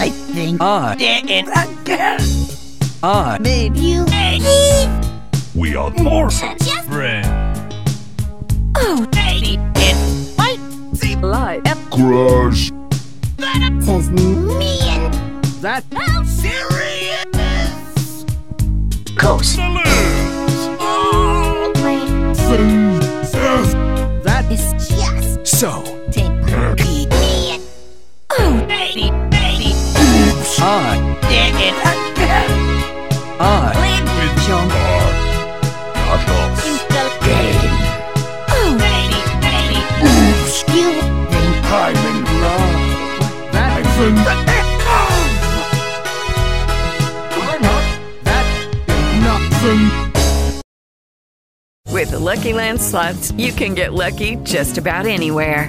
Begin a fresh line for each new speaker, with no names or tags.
I think
I
did it.
I
Babe, you.
We are Morse's
Yes.
friend.
Oh.
Live.
Crush.
Says me and
that
how serious. Coast.
that
It's just
so
take me and oh, baby, baby,
I
did it.
I
Play
With
Jump.
Hot
the game. Oh, baby, baby, oops, you think
I'm in love.
that
Hyphen.
that
With the Lucky Land slots, you can get lucky just about anywhere.